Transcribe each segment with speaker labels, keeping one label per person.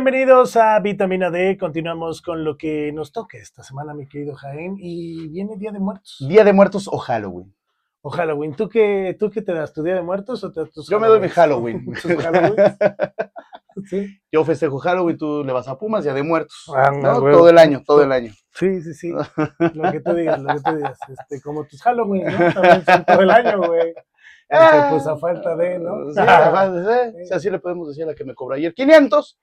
Speaker 1: Bienvenidos a Vitamina D. Continuamos con lo que nos toque esta semana, mi querido Jaén. Y viene Día de Muertos
Speaker 2: Día de Muertos o Halloween.
Speaker 1: o Halloween. ¿Tú qué, ¿Tú qué te das? ¿Tu Día de Muertos o te das tus
Speaker 2: Yo me doy mi Halloween.
Speaker 1: ¿Tus Halloweens? Sí.
Speaker 2: Yo festejo Halloween, tú le vas a Pumas, Día de Muertos.
Speaker 1: Ah,
Speaker 2: ¿no?
Speaker 1: huevo.
Speaker 2: Todo el año, todo el año.
Speaker 1: Sí, sí, sí. Lo que tú digas, lo que tú digas. Este, como tus Halloween, ¿no? También son todo el año, güey. Porque, pues a falta de, ¿no?
Speaker 2: Ah. Sí, ajá, sí, ¿eh? sí, así le podemos decir a la que me cobró ayer. ¡500!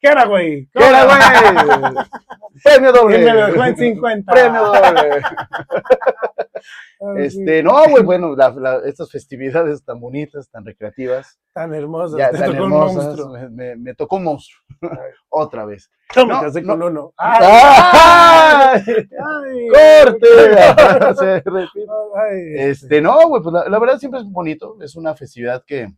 Speaker 1: ¿Qué era, güey?
Speaker 2: ¡Qué era, güey! ¡Premio doble!
Speaker 1: Que me lo dejó en Ah, 50.
Speaker 2: ¡Premio
Speaker 1: Ah,
Speaker 2: doble!
Speaker 1: sí.
Speaker 2: Este, no, güey, bueno, la- la- estas festividades tan bonitas, tan recreativas,
Speaker 1: Tan hermoso.
Speaker 2: ya
Speaker 1: te
Speaker 2: tan
Speaker 1: tocó un
Speaker 2: hermosas,
Speaker 1: monstruo.
Speaker 2: me, me- me tocó un monstruo. Otra vez.
Speaker 1: Yo me
Speaker 2: No,
Speaker 1: casé
Speaker 2: no.
Speaker 1: con uno.
Speaker 2: ¡Ah!
Speaker 1: ¡Ay!
Speaker 2: ¡Corte! Se repite.
Speaker 1: Ay,
Speaker 2: Este, no, güey, pues la, la verdad siempre es bonito. Es una festividad que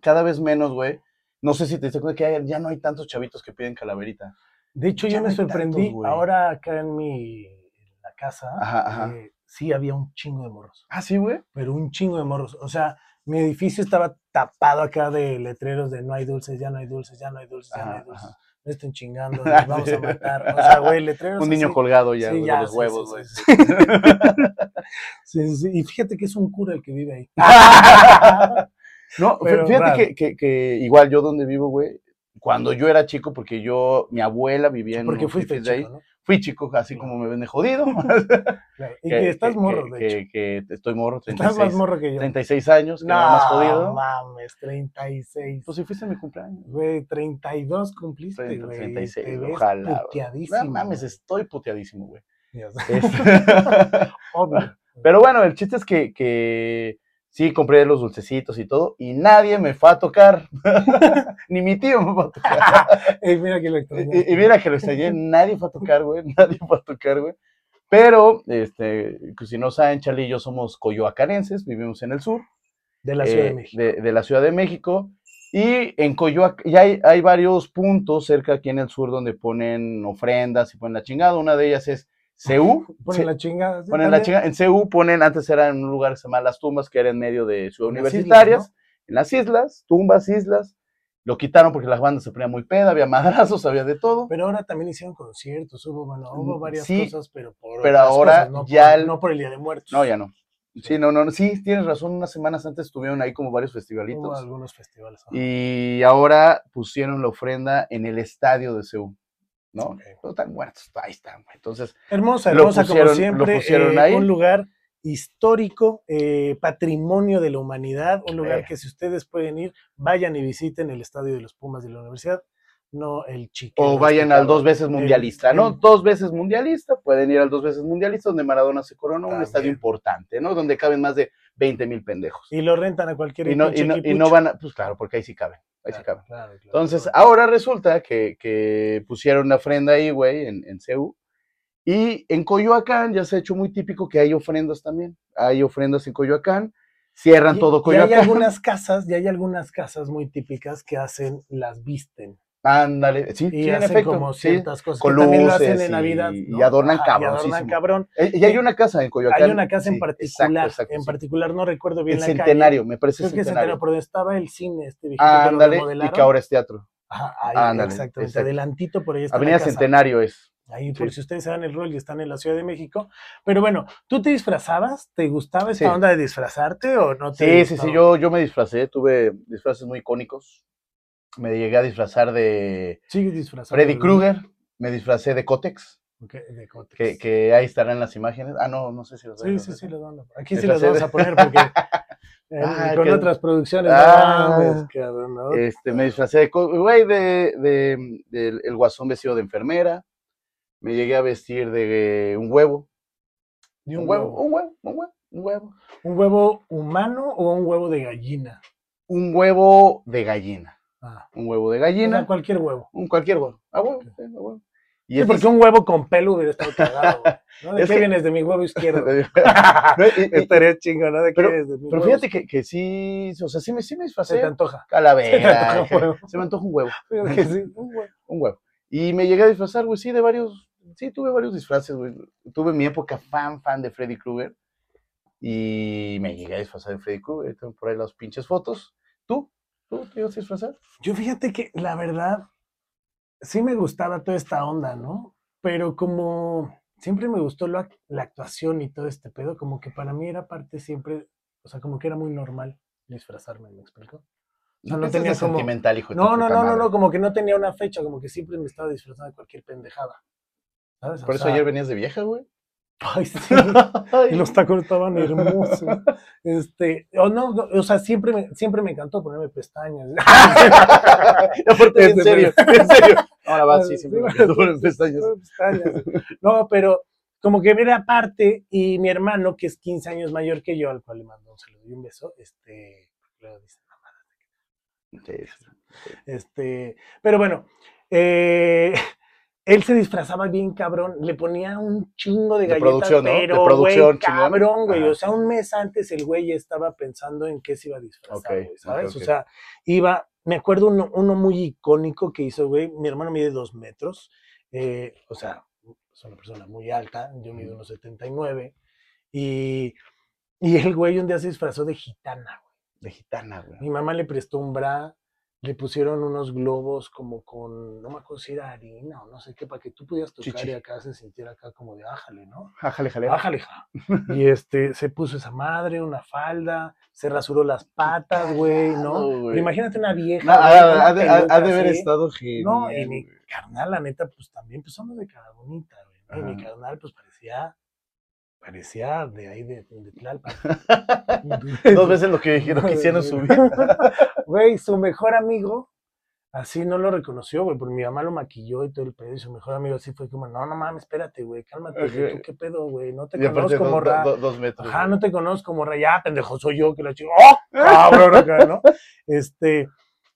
Speaker 2: cada vez menos, güey. No sé si te diste cuenta que ya, ya no hay tantos chavitos que piden calaverita.
Speaker 1: De hecho,
Speaker 2: Ya
Speaker 1: yo
Speaker 2: no
Speaker 1: me
Speaker 2: hay tantos,
Speaker 1: sorprendí.
Speaker 2: güey.
Speaker 1: Ahora acá en mi en la casa,
Speaker 2: Ajá, ajá.
Speaker 1: eh, sí había un chingo de morros,
Speaker 2: Ah, sí, güey.
Speaker 1: pero un chingo de morros. O sea, mi edificio estaba tapado acá de letreros de no hay dulces, ya no hay dulces, ya no hay dulces, ya no
Speaker 2: Ajá,
Speaker 1: hay dulces.
Speaker 2: ajá.
Speaker 1: No estén chingando, nos vamos a matar. O sea, güey, letreros.
Speaker 2: Un niño
Speaker 1: así.
Speaker 2: colgado ya,
Speaker 1: Sí,
Speaker 2: güey, de
Speaker 1: ya,
Speaker 2: los
Speaker 1: sí,
Speaker 2: huevos,
Speaker 1: sí,
Speaker 2: güey.
Speaker 1: sí, Sí, sí, sí. Y fíjate que es un cura el que vive ahí.
Speaker 2: No, fí-
Speaker 1: Pero
Speaker 2: fíjate
Speaker 1: raro.
Speaker 2: que, que- que igual yo donde vivo, güey, cuando yo era chico, porque yo, mi abuela vivía
Speaker 1: Ah,
Speaker 2: en
Speaker 1: Porque
Speaker 2: unos
Speaker 1: fuiste
Speaker 2: fifís de ahí.
Speaker 1: chico, ¿no?
Speaker 2: Fui chico, así como me ven de jodido.
Speaker 1: Claro. Y que estás morro,
Speaker 2: que-
Speaker 1: de hecho.
Speaker 2: Que, que estoy morro,
Speaker 1: Estás más
Speaker 2: 36,
Speaker 1: morro que yo.
Speaker 2: 36 años, que
Speaker 1: No,
Speaker 2: no, más jodido.
Speaker 1: mames, 36.
Speaker 2: Pues si fuiste a mi cumpleaños.
Speaker 1: Güey, 32 cumpliste,
Speaker 2: Treinta,
Speaker 1: güey.
Speaker 2: 36,
Speaker 1: te ves
Speaker 2: ojalá, güey.
Speaker 1: puteadísimo,
Speaker 2: No mames,
Speaker 1: güey.
Speaker 2: estoy puteadísimo, güey.
Speaker 1: Ya sé,
Speaker 2: Es-
Speaker 1: obvio.
Speaker 2: Pero bueno, el chiste es que, que sí compré los dulcecitos y todo, y nadie me fue a tocar. Ni mi tío me fue a tocar.
Speaker 1: Ey, mira que lo extrañaste.
Speaker 2: Y, y mira que lo extrañé, nadie fue a tocar, güey. Nadie fue a tocar, güey. Pero, este, que si no saben, Charlie y yo somos coyoacarenses, vivimos en el sur.
Speaker 1: De la Ciudad
Speaker 2: eh,
Speaker 1: de México.
Speaker 2: De, de la Ciudad de México. Y en Coyoacán, ya hay, hay varios puntos cerca aquí en el sur donde ponen ofrendas y ponen la chingada. Una de ellas es CU.
Speaker 1: Ponen la chingada. ¿sí?
Speaker 2: ponen la
Speaker 1: También.
Speaker 2: chinga- En CU ponen, antes era en un lugar que se llamaba Las Tumbas, que era en medio de Ciudad
Speaker 1: En las islas,
Speaker 2: Universitarias. En las islas, tumbas, islas. Lo quitaron porque las bandas se ponían muy peda, había madrazos, había de todo.
Speaker 1: Pero ahora también hicieron conciertos, hubo, bueno, hubo
Speaker 2: Mm,
Speaker 1: varias
Speaker 2: sí,
Speaker 1: cosas, pero por
Speaker 2: pero
Speaker 1: otras
Speaker 2: ahora
Speaker 1: cosas, no,
Speaker 2: ya
Speaker 1: por,
Speaker 2: el-
Speaker 1: no por el Día de Muertos.
Speaker 2: No, ya no. Sí, no, no, no, sí, tienes razón. Unas semanas antes estuvieron ahí como varios festivalitos.
Speaker 1: Hubo algunos festivales. ajá.
Speaker 2: Y ahora pusieron la ofrenda en el estadio de Seúl, ¿no?
Speaker 1: Ok.
Speaker 2: No están muertos, ahí están, güey. Entonces,
Speaker 1: Hermosa,
Speaker 2: Lo
Speaker 1: hermosa como
Speaker 2: pusieron-
Speaker 1: siempre.
Speaker 2: lo pusieron
Speaker 1: eh,
Speaker 2: ahí.
Speaker 1: Un lugar histórico, eh, patrimonio de la humanidad, un lugar
Speaker 2: Eh.
Speaker 1: que si ustedes pueden ir, vayan y visiten el Estadio de los Pumas de la Universidad, no el Chico.
Speaker 2: o vayan al dos veces mundialista, ¿no?
Speaker 1: el-
Speaker 2: Dos veces mundialista, pueden ir al dos veces mundialista, donde Maradona se coronó, un estadio
Speaker 1: También.
Speaker 2: importante, ¿no? Donde caben más de 20 mil pendejos.
Speaker 1: Y lo rentan a cualquier
Speaker 2: Y no,
Speaker 1: pinche
Speaker 2: y, no, y
Speaker 1: equipucho.
Speaker 2: no van a, pues claro, porque ahí sí caben, ahí sí
Speaker 1: Claro,
Speaker 2: caben.
Speaker 1: claro, claro,
Speaker 2: Entonces,
Speaker 1: claro.
Speaker 2: ahora resulta que, que pusieron una ofrenda ahí, güey, en, en CU. Y en Coyoacán ya se ha hecho muy típico que hay ofrendas también. Hay ofrendas en Coyoacán. Cierran
Speaker 1: Y- y
Speaker 2: todo
Speaker 1: hay
Speaker 2: Coyoacán.
Speaker 1: algunas casas, y hay algunas casas muy típicas que hacen, las visten.
Speaker 2: Ándale, sí,
Speaker 1: Y
Speaker 2: sí, en
Speaker 1: hacen
Speaker 2: efecto.
Speaker 1: como
Speaker 2: sí.
Speaker 1: ciertas cosas.
Speaker 2: con
Speaker 1: que también lo hacen
Speaker 2: luces
Speaker 1: en Navidad.
Speaker 2: y- y
Speaker 1: ¿no?
Speaker 2: adornan
Speaker 1: Ajá, y adornan
Speaker 2: cabronísimo.
Speaker 1: cabrón.
Speaker 2: Eh, Y hay una casa en Coyoacán.
Speaker 1: Hay una casa en
Speaker 2: sí,
Speaker 1: particular,
Speaker 2: exacto, exacto,
Speaker 1: en
Speaker 2: sí.
Speaker 1: particular no recuerdo bien
Speaker 2: El
Speaker 1: la
Speaker 2: centenario, me
Speaker 1: calle.
Speaker 2: parece
Speaker 1: Creo que es centenario,
Speaker 2: centenario.
Speaker 1: por donde estaba el cine, este viejito que lo
Speaker 2: Ah, Ándale, y
Speaker 1: remodelaron.
Speaker 2: que ahora es teatro.
Speaker 1: Ajá, ahí,
Speaker 2: Ándale,
Speaker 1: exactamente,
Speaker 2: exacto.
Speaker 1: adelantito por ahí está la
Speaker 2: Avenida
Speaker 1: casa.
Speaker 2: Centenario es.
Speaker 1: Ahí, por
Speaker 2: sí.
Speaker 1: si ustedes se dan el rol y están en la Ciudad de México. Pero bueno, ¿tú te disfrazabas? ¿Te gustaba esta
Speaker 2: Sí.
Speaker 1: onda de disfrazarte o no te
Speaker 2: Sí, sí,
Speaker 1: gustaba?
Speaker 2: sí, yo, yo me disfracé, tuve disfraces muy icónicos. Me llegué a disfrazar de
Speaker 1: Sigues disfrazado.
Speaker 2: Freddy
Speaker 1: ¿no?
Speaker 2: Krueger, me disfracé de Cotex,
Speaker 1: Ok, de Cotex.
Speaker 2: que, que ahí estarán las imágenes. Ah, no, no sé si los
Speaker 1: Sí, sí, sí, las van a- Aquí sí las
Speaker 2: Disfrazé
Speaker 1: vamos
Speaker 2: de-
Speaker 1: a poner porque eh,
Speaker 2: Ah,
Speaker 1: con
Speaker 2: que-
Speaker 1: otras producciones.
Speaker 2: Ah.
Speaker 1: no mames, cabrón, ¿no?
Speaker 2: Este, me disfracé de, co- güey, de, de- del- el guasón vestido de enfermera. Me llegué a vestir de un huevo.
Speaker 1: Di
Speaker 2: Un, huevo, un huevo, un huevo, un huevo.
Speaker 1: ¿Un huevo humano o un huevo de gallina?
Speaker 2: Un huevo de gallina.
Speaker 1: Ah,
Speaker 2: Un huevo de
Speaker 1: o sea,
Speaker 2: gallina.
Speaker 1: cualquier huevo.
Speaker 2: un cualquier huevo. Ah, huevo, sí, a huevo. Y
Speaker 1: Sí,
Speaker 2: este
Speaker 1: porque un huevo con pelo hubiera estado cagado, güey, ¿no? ¿De
Speaker 2: Es
Speaker 1: qué
Speaker 2: que-
Speaker 1: vienes? De mi huevo izquierdo.
Speaker 2: No, y- y-
Speaker 1: Estaría chingo, ¿no? ¿De qué
Speaker 2: Pero-
Speaker 1: vienes? De mi
Speaker 2: pero
Speaker 1: huevo
Speaker 2: fíjate que, que sí, o sea, sí me, sí me
Speaker 1: izquierdo. Se
Speaker 2: disfracé.
Speaker 1: te antoja.
Speaker 2: Calavera.
Speaker 1: antoja un
Speaker 2: ajá,
Speaker 1: huevo.
Speaker 2: Se me antoja un huevo.
Speaker 1: Fíjate que sí, un huevo.
Speaker 2: un huevo. Y me llegué a disfrazar, güey, sí, de varios, sí, tuve varios disfraces, güey. Tuve mi época fan, fan de Freddy Krueger. Y me llegué a disfrazar de Freddy Krueger. Tengo por ahí las pinches fotos. ¿Tú? ¿Tú te ibas a disfrazar?
Speaker 1: Yo fíjate que la verdad, sí me gustaba toda esta onda, ¿no? Pero como siempre me gustó la, la actuación y todo este pedo, como que para mí era parte siempre, o sea, como que era muy normal disfrazarme, ¿me explico? O sea, no
Speaker 2: Ese es
Speaker 1: tenía
Speaker 2: el
Speaker 1: como...
Speaker 2: sentimental, hijo de tu
Speaker 1: No, no,
Speaker 2: puta
Speaker 1: no, no,
Speaker 2: madre.
Speaker 1: no, como que no tenía una fecha, como que siempre me estaba disfrazando de cualquier pendejada. ¿Sabes? O
Speaker 2: Por eso
Speaker 1: sea,
Speaker 2: ayer venías de vieja, güey.
Speaker 1: Ay, sí. Y los tacos estaban hermosos. Este, o no, no, o sea, siempre me, siempre me encantó ponerme pestañas.
Speaker 2: Ah, Aparte, en serio, en serio. Ahora va, sí,
Speaker 1: Ah, Sí,
Speaker 2: siempre me
Speaker 1: va,
Speaker 2: acuerdo por los
Speaker 1: sí,
Speaker 2: pestañas.
Speaker 1: Ponerme pestañas. No, pero como que era aparte y mi hermano, que es 15 años mayor que yo, al cual le mando un saludo y un beso, este, luego dice,
Speaker 2: Sí, sí.
Speaker 1: Este, pero bueno, eh, él se disfrazaba bien cabrón, le ponía un chingo de
Speaker 2: De
Speaker 1: galletas,
Speaker 2: producción, ¿no? De
Speaker 1: pero
Speaker 2: producción,
Speaker 1: güey,
Speaker 2: chingón.
Speaker 1: cabrón, güey,
Speaker 2: Ajá.
Speaker 1: o sea, un mes antes el güey ya estaba pensando en qué se iba a disfrazar,
Speaker 2: Ok,
Speaker 1: güey, ¿sabes?
Speaker 2: ok, ok.
Speaker 1: O sea, iba, me acuerdo uno, uno muy icónico que hizo, güey, mi hermano mide dos metros, eh, o sea, es una persona muy alta, yo mido unos 79, y, y el güey un día se disfrazó de gitana, güey.
Speaker 2: De gitana, güey.
Speaker 1: Mi mamá le prestó un bra, le pusieron unos globos como con, no me acuerdo si era harina o no sé qué, para que tú pudieras tocar
Speaker 2: Chichi.
Speaker 1: y acá se sintiera acá como de ájale, ¿no?
Speaker 2: Ájale, Ah, jale.
Speaker 1: Ájale, ja. Y este, se puso esa madre, una falda, se rasuró las patas, güey, ¿no?
Speaker 2: Cagado, güey.
Speaker 1: Pero imagínate una vieja.
Speaker 2: No,
Speaker 1: güey, con
Speaker 2: ha,
Speaker 1: una
Speaker 2: ha de- ha- ha de
Speaker 1: peluca
Speaker 2: haber
Speaker 1: así.
Speaker 2: estado genial.
Speaker 1: No, y mi
Speaker 2: güey.
Speaker 1: carnal, la neta, pues también, pues somos de cada bonita, güey. ¿no? Y mi
Speaker 2: Ajá.
Speaker 1: carnal, pues parecía, parecía de ahí, de, de Tlalpan.
Speaker 2: Dos veces lo que lo quisieron subir.
Speaker 1: Güey, su mejor amigo, así no lo reconoció, güey, porque mi mamá lo maquilló y todo el pedo, y su mejor amigo así fue como, no, no mames, espérate, güey, cálmate, güey,
Speaker 2: Ajá.
Speaker 1: tú qué pedo, güey, no te
Speaker 2: Y aparte,
Speaker 1: conozco,
Speaker 2: dos,
Speaker 1: morra.
Speaker 2: do- dos metros.
Speaker 1: Ajá,
Speaker 2: güey.
Speaker 1: no te conozco, morra, ya, pendejo, soy yo que lo chico. ¡Oh, cabrón! acá, ¿no? Este,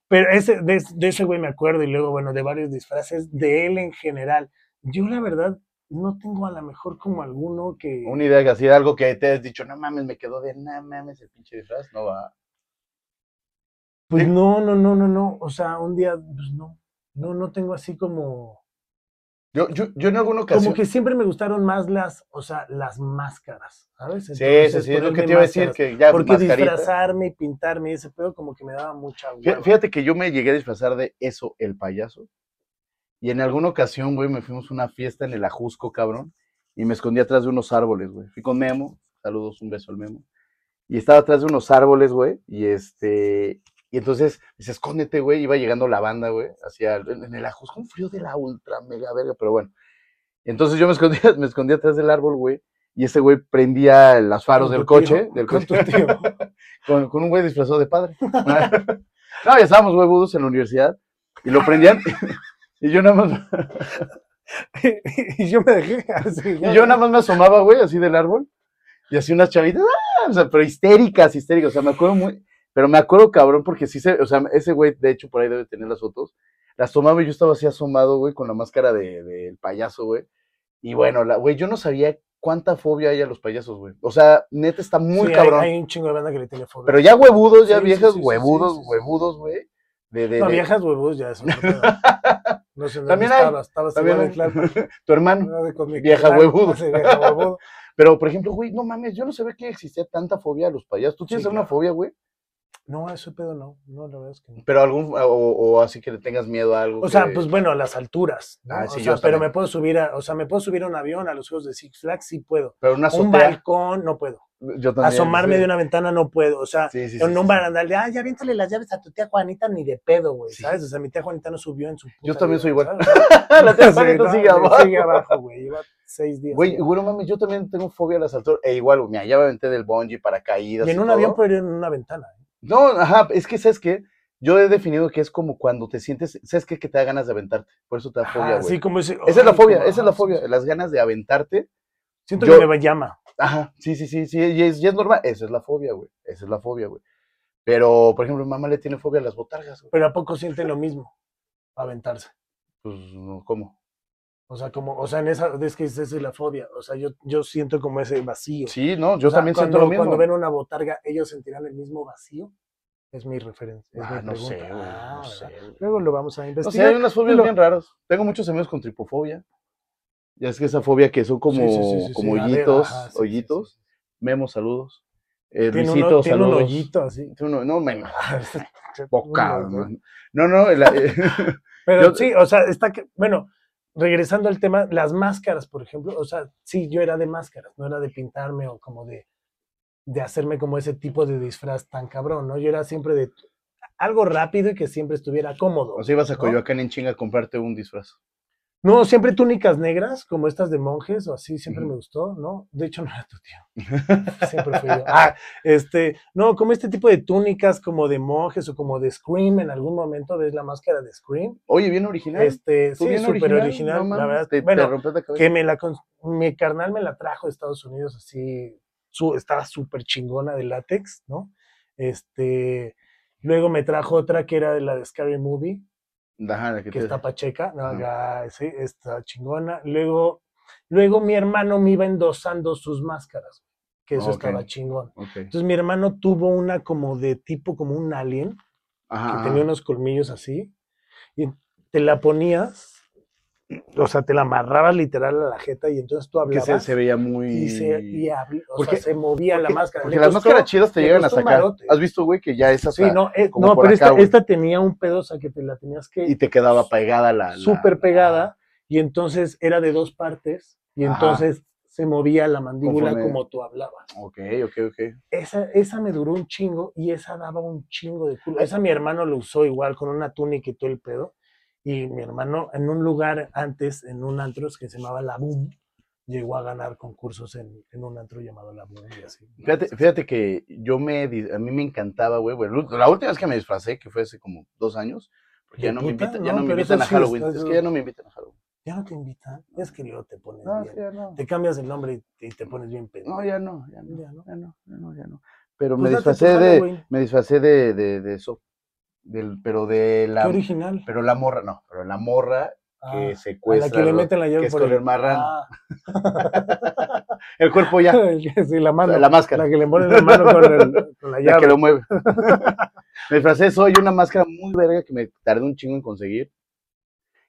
Speaker 1: pero ese, de, de ese güey me acuerdo, y luego, bueno, de varios disfraces, de él en general. Yo, la verdad, no tengo a lo mejor como alguno que...
Speaker 2: Una idea que así, algo que te has dicho, no mames, me quedó bien, no mames, el pinche disfraz no va.
Speaker 1: Pues
Speaker 2: Sí.
Speaker 1: no, no, no, no, no. O sea, un día, pues no. No, no tengo así como.
Speaker 2: Yo, yo, yo en alguna ocasión.
Speaker 1: Como que siempre me gustaron más las, o sea, las máscaras, ¿sabes?
Speaker 2: Sí, sí,
Speaker 1: Entonces,
Speaker 2: sí, es lo que
Speaker 1: ponerme
Speaker 2: te iba a decir,
Speaker 1: máscaras.
Speaker 2: que ya
Speaker 1: Porque
Speaker 2: mascarita.
Speaker 1: disfrazarme y pintarme y ese pedo como que me daba mucha
Speaker 2: Fí-
Speaker 1: hueva.
Speaker 2: Fíjate que yo me llegué a disfrazar de eso, el payaso. Y en alguna ocasión, güey, me fuimos a una fiesta en el Ajusco, cabrón. Y me escondí atrás de unos árboles, güey. Fui con Memo. Saludos, un beso al Memo. Y estaba atrás de unos árboles, güey. Y este. Y entonces, dice, escóndete, güey. Iba llegando la banda, güey. Hacia. En en el Ajusco, un frío de la ultra mega verga, pero bueno. Entonces yo me escondí, me escondí atrás del árbol, güey. Y ese güey prendía los faros
Speaker 1: Con
Speaker 2: del
Speaker 1: tu tío,
Speaker 2: coche, del
Speaker 1: con
Speaker 2: coche
Speaker 1: tu tío.
Speaker 2: con, con un güey disfrazado de padre. no, ya estábamos huevudos en la universidad y lo prendían. Y yo nada más,
Speaker 1: y yo me dejé así.
Speaker 2: y yo nada más me asomaba, güey, así del árbol. Y así unas chavitas, ¡ah! o sea, pero histéricas, histéricas. O sea, me acuerdo muy. Pero me acuerdo cabrón porque sí se. O sea, ese güey, de hecho, por ahí debe tener las fotos. Las tomaba y yo estaba así asomado, güey, con la máscara de- del payaso, güey. Y bueno, la, güey, yo no sabía cuánta fobia hay a los payasos, güey. O sea, neta está muy
Speaker 1: Sí, hay-
Speaker 2: cabrón.
Speaker 1: Hay, un chingo de banda que le tiene fobia.
Speaker 2: Pero ya huevudos, ya
Speaker 1: Sí, sí,
Speaker 2: viejas,
Speaker 1: sí, sí, sí,
Speaker 2: huevudos,
Speaker 1: sí, sí.
Speaker 2: huevudos, güey. De, de,
Speaker 1: No,
Speaker 2: de-
Speaker 1: viejas huevos ya es otro pedo. No sé, no
Speaker 2: También hay,
Speaker 1: estaba, estaba
Speaker 2: también
Speaker 1: igual
Speaker 2: hay.
Speaker 1: de Tlalpan,
Speaker 2: tu hermano.
Speaker 1: ¿no? Con mi
Speaker 2: Vieja
Speaker 1: carnal,
Speaker 2: huevudo.
Speaker 1: así, vieja huevudo.
Speaker 2: Pero, por ejemplo, güey, no mames, yo no sabía que existía tanta fobia a los payasos. ¿Tú tienes
Speaker 1: Sí,
Speaker 2: alguna
Speaker 1: claro.
Speaker 2: fobia, güey?
Speaker 1: No, ese pedo no. No, la verdad es que no.
Speaker 2: Pero algún, o, o así que le tengas miedo a algo.
Speaker 1: O sea,
Speaker 2: que-
Speaker 1: pues bueno, a las alturas. ¿no?
Speaker 2: Ah,
Speaker 1: O
Speaker 2: sí,
Speaker 1: sea,
Speaker 2: yo
Speaker 1: pero
Speaker 2: también.
Speaker 1: me puedo subir a, o sea, me puedo subir a un avión, a los juegos de Six Flags, sí puedo.
Speaker 2: Pero una
Speaker 1: A un
Speaker 2: azotea.
Speaker 1: balcón, no puedo.
Speaker 2: Yo también.
Speaker 1: Asomarme
Speaker 2: sí.
Speaker 1: de una ventana, no puedo. O sea,
Speaker 2: Sí, sí, sí,
Speaker 1: en un
Speaker 2: sí, sí.
Speaker 1: barandal de, ah, ya aviéntale las llaves a tu tía Juanita, ni de pedo, güey,
Speaker 2: Sí.
Speaker 1: ¿sabes? O sea, mi tía Juanita no subió en su.
Speaker 2: Yo
Speaker 1: puta
Speaker 2: también
Speaker 1: vida,
Speaker 2: soy igual.
Speaker 1: ¿sabes? O sea,
Speaker 2: La tía
Speaker 1: sí,
Speaker 2: Juanita
Speaker 1: no,
Speaker 2: sigue abajo.
Speaker 1: Sigue abajo, güey. Lleva seis días.
Speaker 2: Güey,
Speaker 1: güey.
Speaker 2: güey, no mames, yo también tengo fobia a las alturas. E igual, mira, ya me aventé del bungee, paracaídas.
Speaker 1: y en un
Speaker 2: todo.
Speaker 1: avión puedo ir en una ventana. ¿eh?
Speaker 2: No, ajá, es que, ¿sabes qué? Yo he definido que es como cuando te sientes, ¿sabes qué? Que te da ganas de aventarte. Por eso te da fobia,
Speaker 1: Ajá,
Speaker 2: güey.
Speaker 1: así como ese,
Speaker 2: Esa es la
Speaker 1: ay,
Speaker 2: fobia,
Speaker 1: como,
Speaker 2: esa es la
Speaker 1: ajá, sí,
Speaker 2: fobia, las ganas de aventarte
Speaker 1: sí. Siento
Speaker 2: Yo-
Speaker 1: que me llama.
Speaker 2: Ajá, sí, sí, sí, sí, y es, y es normal. Esa es la fobia, güey. Esa es la fobia, güey. Pero, por ejemplo, mi mamá le tiene fobia a las botargas, güey.
Speaker 1: Pero ¿a poco siente lo mismo? Aventarse.
Speaker 2: Pues, no, ¿cómo?
Speaker 1: O sea, como, o sea, en esa, es que esa es la fobia. O sea, yo, yo siento como ese vacío.
Speaker 2: Sí, no, yo
Speaker 1: O sea,
Speaker 2: también
Speaker 1: cuando,
Speaker 2: siento lo mismo.
Speaker 1: Cuando ven una botarga, ¿ellos sentirán el mismo vacío? Es mi referencia. Es
Speaker 2: Ah,
Speaker 1: mi
Speaker 2: no sé,
Speaker 1: pregunta.
Speaker 2: güey,
Speaker 1: Ah, ¿verdad?
Speaker 2: no
Speaker 1: Pues
Speaker 2: sé. güey.
Speaker 1: Luego lo vamos a
Speaker 2: No sé, hay
Speaker 1: investigar.
Speaker 2: unas fobias
Speaker 1: lo-
Speaker 2: bien raras. Tengo muchos amigos con tripofobia. Ya es que esa fobia que son como,
Speaker 1: Sí, sí, sí, sí,
Speaker 2: como
Speaker 1: sí, la de-
Speaker 2: hoyitos,
Speaker 1: ajá, sí, sí,
Speaker 2: hoyitos. Memo, saludos. Eh,
Speaker 1: Tiene,
Speaker 2: Luisito,
Speaker 1: uno- tiene un
Speaker 2: saludos.
Speaker 1: hoyito así.
Speaker 2: Tiene uno- no, menos.
Speaker 1: Un
Speaker 2: Bocado,
Speaker 1: hoyo.
Speaker 2: man. No, no, la-
Speaker 1: Pero
Speaker 2: Yo-
Speaker 1: sí, o sea, está que, bueno, regresando al tema, las máscaras, por ejemplo, o sea, sí, yo era de máscaras, no era de pintarme o como de, de hacerme como ese tipo de disfraz tan cabrón, ¿no? Yo era siempre de algo rápido y que siempre estuviera cómodo.
Speaker 2: o sea, ibas a
Speaker 1: ¿no?
Speaker 2: Coyoacán en chinga a comprarte un disfraz.
Speaker 1: No, siempre túnicas negras, como estas de monjes o así, siempre me
Speaker 2: Ujú.
Speaker 1: gustó, ¿no? De hecho, no era tu tío. Siempre fui yo. Ah, este, no, como este tipo de túnicas como de monjes o como de Scream, en algún momento ves la máscara de Scream.
Speaker 2: Oye, bien original.
Speaker 1: Este,
Speaker 2: Tú
Speaker 1: sí,
Speaker 2: bien
Speaker 1: súper
Speaker 2: no
Speaker 1: original, la
Speaker 2: mames,
Speaker 1: verdad.
Speaker 2: Te, te
Speaker 1: bueno,
Speaker 2: rompió la cabeza.
Speaker 1: que me la cons- mi carnal me la trajo de Estados Unidos así su, estaba súper chingona de látex no este luego me trajo otra que era de la de Scary Movie
Speaker 2: Ajá, la que
Speaker 1: que
Speaker 2: te-
Speaker 1: está pacheca no,
Speaker 2: Ajá.
Speaker 1: ya, sí, está chingona luego luego mi hermano me iba endosando sus máscaras que eso
Speaker 2: Ok.
Speaker 1: estaba chingón
Speaker 2: Ok.
Speaker 1: entonces mi hermano tuvo una como de tipo como un alien
Speaker 2: Ajá,
Speaker 1: que
Speaker 2: ajá.
Speaker 1: tenía unos colmillos así, y te la ponías, o sea, te la amarrabas literal a la jeta y entonces tú
Speaker 2: que
Speaker 1: hablabas
Speaker 2: se, se veía muy...
Speaker 1: y, se, y habl- o
Speaker 2: Porque-
Speaker 1: sea, se movía la
Speaker 2: porque-
Speaker 1: máscara.
Speaker 2: Porque
Speaker 1: Le
Speaker 2: las
Speaker 1: costó-
Speaker 2: máscaras chidas te
Speaker 1: le
Speaker 2: llegan a
Speaker 1: costó un
Speaker 2: sacar.
Speaker 1: barote.
Speaker 2: ¿Has visto, güey, que ya es
Speaker 1: Sí,
Speaker 2: hasta...
Speaker 1: no, eh,
Speaker 2: como
Speaker 1: no,
Speaker 2: por
Speaker 1: pero
Speaker 2: acá,
Speaker 1: esta,
Speaker 2: güey.
Speaker 1: esta tenía un pedo, o sea, que te la tenías que
Speaker 2: Y te quedaba pegada la... la-
Speaker 1: súper
Speaker 2: la-
Speaker 1: pegada y entonces era de dos partes y
Speaker 2: Ajá.
Speaker 1: entonces se movía la mandíbula
Speaker 2: Conforme-
Speaker 1: como tú hablabas.
Speaker 2: Ah, Ok, ok, ok.
Speaker 1: Esa, esa me duró un chingo y esa daba un chingo de culo. Esa mi hermano lo usó igual con una túnica y todo el pedo. Y mi hermano en un lugar antes, en un antro que se llamaba La Boom, llegó a ganar concursos en, en un antro llamado La Boom y así.
Speaker 2: Fíjate, fíjate que yo me... dis- A mí me encantaba, güey. bueno, la última vez que me disfracé, que fue hace como dos años, porque
Speaker 1: ¿De
Speaker 2: ya no, me
Speaker 1: puta?
Speaker 2: invitan, ya
Speaker 1: No,
Speaker 2: no me
Speaker 1: pero
Speaker 2: invitan
Speaker 1: eso
Speaker 2: a
Speaker 1: sí
Speaker 2: Halloween.
Speaker 1: estás
Speaker 2: Es
Speaker 1: de-
Speaker 2: que ya no me invitan a Halloween.
Speaker 1: Ya no te invitan. Es que luego te pones
Speaker 2: No,
Speaker 1: bien.
Speaker 2: sí, ya no.
Speaker 1: Te cambias el nombre y, y te pones bien pedo.
Speaker 2: No, ya no, ya no,
Speaker 1: Ya no.
Speaker 2: ya no, ya no, ya no. Pero
Speaker 1: Pues
Speaker 2: me
Speaker 1: date tu
Speaker 2: disfracé de,
Speaker 1: Halloween.
Speaker 2: me disfracé de, de, de eso, del, pero de
Speaker 1: Qué
Speaker 2: la,
Speaker 1: original.
Speaker 2: pero la morra, no, pero la morra
Speaker 1: Ah,
Speaker 2: que
Speaker 1: a
Speaker 2: secuestra,
Speaker 1: la que le
Speaker 2: lo-
Speaker 1: meten la llave
Speaker 2: que es
Speaker 1: por
Speaker 2: color
Speaker 1: el-
Speaker 2: marrano.
Speaker 1: Ah,
Speaker 2: el cuerpo ya,
Speaker 1: sí, la mano.
Speaker 2: la máscara.
Speaker 1: La que le ponen la mano con, el- con la
Speaker 2: la
Speaker 1: llave.
Speaker 2: que lo mueve. me disfracé de eso y una máscara muy verga que me tardé un chingo en conseguir,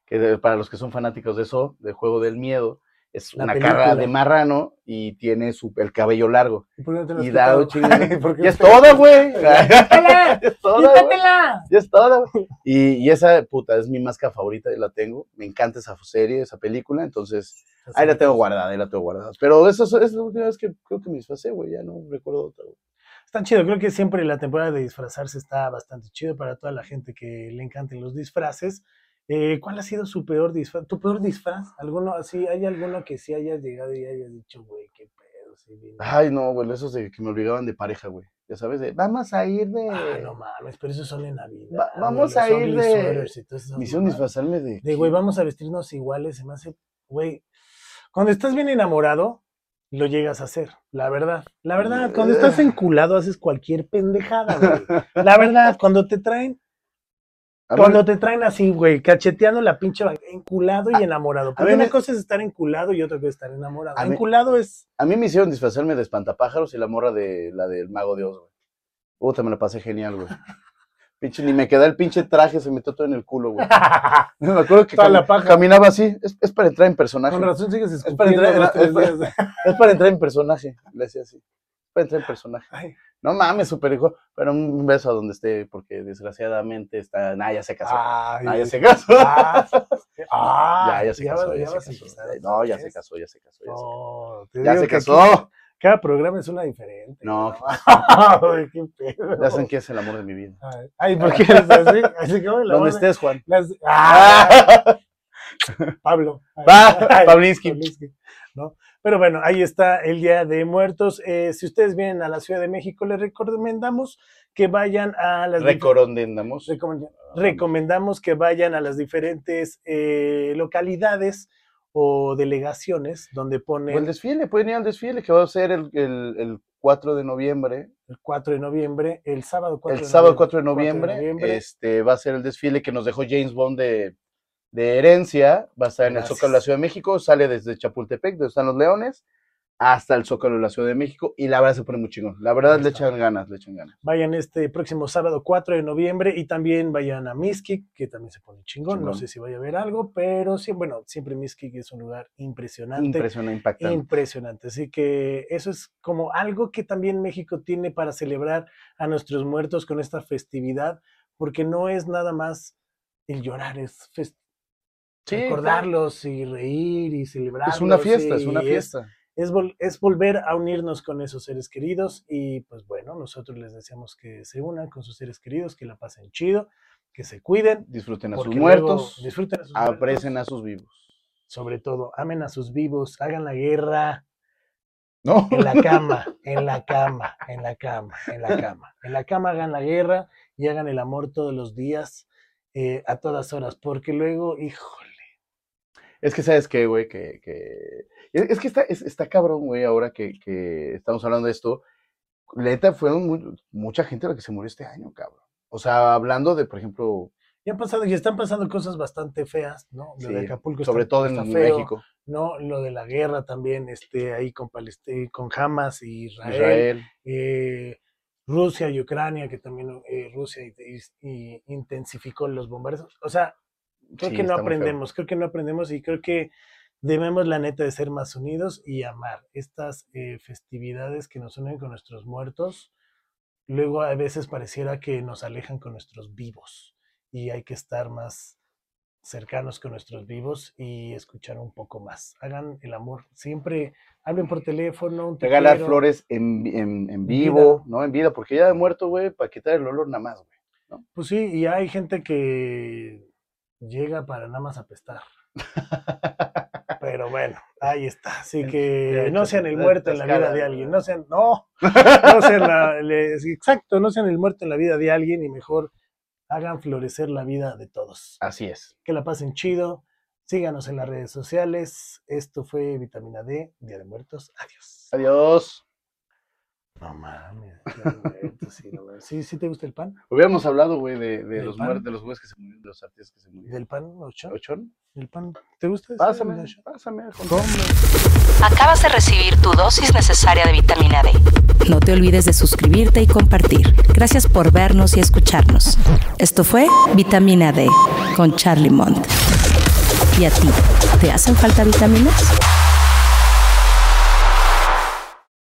Speaker 2: que de- para los que son fanáticos de eso, del juego del miedo, es
Speaker 1: La
Speaker 2: una cara de
Speaker 1: película.
Speaker 2: marrano y tiene su, el cabello largo.
Speaker 1: ¿Por qué no te lo has
Speaker 2: Y da un
Speaker 1: quitado?
Speaker 2: chingo-
Speaker 1: ¿Por qué
Speaker 2: Y es
Speaker 1: no te-
Speaker 2: toda, güey.
Speaker 1: ¡Quítatela!
Speaker 2: Es toda, güey.
Speaker 1: ¡Quítatela!
Speaker 2: Ya es todo, güey. Y, y esa puta es mi máscara favorita, y la tengo. Me encanta esa serie, esa película, entonces ahí la tengo guardada, ahí la tengo guardada. Pero eso es, es la última vez que creo que me disfracé, güey, ya no recuerdo otra. güey.
Speaker 1: Está chido, creo que siempre la temporada de disfrazarse está bastante chido para toda la gente que le encanten los disfraces. Eh, ¿Cuál ha sido su peor disfraz? ¿Tu peor disfraz? ¿Alguno así? ¿Hay alguno que sí hayas llegado y hayas dicho, güey, qué pedo? sí, bien-
Speaker 2: Ay, no, güey, esos de que me obligaban de pareja, güey. Ya sabes, de, vamos a ir de...
Speaker 1: Ah, no mames, pero esos son en Navidad.
Speaker 2: Va- vamos
Speaker 1: güey,
Speaker 2: a
Speaker 1: los
Speaker 2: ir
Speaker 1: ugly
Speaker 2: de-
Speaker 1: sweaters y todas esas
Speaker 2: me hicieron
Speaker 1: mamadas.
Speaker 2: disfrazarme de...
Speaker 1: De, güey, vamos a vestirnos iguales, se me hace, güey, cuando estás bien enamorado, lo llegas a hacer, la verdad. La verdad, cuando estás
Speaker 2: Eh.
Speaker 1: enculado haces cualquier pendejada, güey. La verdad, cuando te traen,
Speaker 2: A mí-
Speaker 1: cuando te traen así, güey, cacheteando la pinche banca, enculado
Speaker 2: Ah,
Speaker 1: y enamorado. Pero
Speaker 2: mí
Speaker 1: una
Speaker 2: me-
Speaker 1: cosa es estar enculado y otra cosa es estar enamorado.
Speaker 2: eh. A mí-
Speaker 1: Enculado es,
Speaker 2: A mí me hicieron disfrazarme de espantapájaros y la morra de la del mago de Oz, güey. Puta, me la pasé genial, güey. Pinche, ni me queda el pinche traje, se metió todo en el culo, güey. Me acuerdo que
Speaker 1: Toda
Speaker 2: cami-
Speaker 1: la paja.
Speaker 2: caminaba así. Es, es para entrar en personaje.
Speaker 1: con razón sigues
Speaker 2: para
Speaker 1: escupiendo
Speaker 2: entrar-
Speaker 1: dos, tres
Speaker 2: es para-
Speaker 1: días.
Speaker 2: Es para entrar en personaje. Le hacía así. Es para entrar en personaje.
Speaker 1: Ay,
Speaker 2: No mames, super hijo. Pero un beso a donde esté, porque desgraciadamente está. Nah, ya se casó.
Speaker 1: ay,
Speaker 2: nah, ya se casó.
Speaker 1: ah, ah,
Speaker 2: ya, ya se casó.
Speaker 1: vas-
Speaker 2: Ya,
Speaker 1: ya vas a
Speaker 2: se casó.
Speaker 1: empezar otra
Speaker 2: No, ya se
Speaker 1: vez.
Speaker 2: casó, ya se casó. Ya, se-
Speaker 1: No, te
Speaker 2: ya
Speaker 1: digo
Speaker 2: se
Speaker 1: que aquí
Speaker 2: casó.
Speaker 1: Cada programa es una diferente.
Speaker 2: No,
Speaker 1: Ay, qué pedo.
Speaker 2: ya saben que es el amor de mi vida.
Speaker 1: Ay, Ay, ¿por qué eres así? Así que, bueno,
Speaker 2: ¿Dónde
Speaker 1: bueno,
Speaker 2: estés, Juan?
Speaker 1: las- ¡Ah! Pablo. Ay,
Speaker 2: Pa-
Speaker 1: ay,
Speaker 2: Pablinsky.
Speaker 1: Pablinsky, ¿no? Pero bueno, ahí está el Día de Muertos. Eh, si ustedes vienen a la Ciudad de México, les recomendamos que vayan a las dif-
Speaker 2: Recorondendamos.
Speaker 1: Recomen- recomendamos que vayan a las diferentes eh, localidades o delegaciones donde
Speaker 2: O El
Speaker 1: ponen
Speaker 2: desfile, pueden ir al desfile que va a ser el, el, el 4 de noviembre.
Speaker 1: el 4 de noviembre, el sábado 4
Speaker 2: el
Speaker 1: de
Speaker 2: sábado
Speaker 1: noviembre.
Speaker 2: 4 de noviembre,
Speaker 1: noviembre.
Speaker 2: Este, va a ser el desfile que nos dejó James Bond de, de herencia. Va a estar en el Zócalo de la
Speaker 1: Gracias.
Speaker 2: Ciudad de México. Sale desde Chapultepec, donde están los leones, hasta el Zócalo de la Ciudad de México y la verdad se pone muy chingón. La verdad
Speaker 1: Ahí
Speaker 2: le
Speaker 1: está.
Speaker 2: echan ganas, le echan ganas.
Speaker 1: Vayan este próximo sábado 4 de noviembre y también vayan a Miskik, que también se pone chingón. No
Speaker 2: Chingón.
Speaker 1: sé si vaya a haber algo, pero sí, bueno, siempre Miskik es un lugar impresionante.
Speaker 2: Impresiona, impactante.
Speaker 1: Impresionante. Así que eso es como algo que también México tiene para celebrar a nuestros muertos con esta festividad, porque no es nada más el llorar, es fes-
Speaker 2: Sí,
Speaker 1: recordarlos y reír y celebrar.
Speaker 2: Es una fiesta, es una fiesta.
Speaker 1: Es, vol- es volver a unirnos con esos seres queridos y pues bueno, nosotros les deseamos que se unan con sus seres queridos, que la pasen chido, que se cuiden.
Speaker 2: Disfruten a sus
Speaker 1: porque luego
Speaker 2: muertos,
Speaker 1: disfruten a sus muertos,
Speaker 2: aprecien a sus vivos.
Speaker 1: sobre todo, amen a sus vivos, hagan la guerra,
Speaker 2: ¿No?
Speaker 1: En la cama, en la cama, en la cama, en la cama. En la cama hagan la guerra y hagan el amor todos los días, eh, a todas horas, porque luego, híjole,
Speaker 2: Es que sabes qué, güey, que, que- Es, es que está, es- está cabrón, güey, ahora que, que estamos hablando de esto. La neta, fueron mu- mucha gente la que se murió este año, cabrón. O sea, hablando de, por ejemplo,
Speaker 1: ya han pasado y están pasando cosas bastante feas, ¿no? Lo de
Speaker 2: sí,
Speaker 1: Acapulco
Speaker 2: sobre
Speaker 1: está-
Speaker 2: todo
Speaker 1: está
Speaker 2: en
Speaker 1: feo,
Speaker 2: México,
Speaker 1: ¿no? Lo de la guerra también, este, ahí con, Palestina, con Hamas y Israel.
Speaker 2: Israel.
Speaker 1: eh, Rusia y Ucrania, que también eh, Rusia y- y- y intensificó los bombardeos. O sea, creo
Speaker 2: Sí,
Speaker 1: que no
Speaker 2: está muy feo.
Speaker 1: aprendemos, creo que no aprendemos y creo que debemos la neta de ser más unidos y amar estas eh, festividades que nos unen con nuestros muertos. Luego a veces pareciera que nos alejan con nuestros vivos y hay que estar más cercanos con nuestros vivos y escuchar un poco más. Hagan el amor, siempre hablen por teléfono, un te
Speaker 2: Regalar
Speaker 1: quiero.
Speaker 2: flores en, vi- en, en
Speaker 1: vida.
Speaker 2: vivo, ¿no? En vida, porque ya de muerto, güey, para quitar el olor nada más, güey.
Speaker 1: Pues sí, y hay gente que llega para nada más apestar. Pero bueno, ahí está. Así
Speaker 2: Ent-
Speaker 1: que
Speaker 2: ya
Speaker 1: no
Speaker 2: estás-
Speaker 1: sean el
Speaker 2: ya
Speaker 1: muerto en la
Speaker 2: estás
Speaker 1: vida
Speaker 2: cara,
Speaker 1: de alguien.
Speaker 2: ¿verdad?
Speaker 1: No sean, no, no sean la- les- exacto, no sean el muerto en la vida de alguien y mejor hagan florecer la vida de todos.
Speaker 2: Así es.
Speaker 1: Que la pasen chido. Síganos en las redes sociales. Esto fue Vitamina D, Día de Muertos. Adiós.
Speaker 2: Adiós.
Speaker 1: No mames. Día de Muertos, sí, no mames. ¿Sí, sí te gusta el pan?
Speaker 2: Hubiéramos hablado, güey, de, de
Speaker 1: Del
Speaker 2: los
Speaker 1: pan.
Speaker 2: muertos, de los güeyes que se murieron, de los artistas que se murieron.
Speaker 1: ¿Del pan, ocho?
Speaker 2: ¿Ochón?
Speaker 1: ¿Del pan? ¿Te gusta? ese,
Speaker 2: Pásame,
Speaker 1: Nacho?
Speaker 2: pásame.
Speaker 1: ¿Cómo?
Speaker 3: Acabas de recibir tu dosis necesaria de vitamina D. No te olvides de suscribirte y compartir. Gracias por vernos y escucharnos. Esto fue Vitamina D con Charlie Mont. ¿Y a ti? ¿Te hacen falta vitaminas?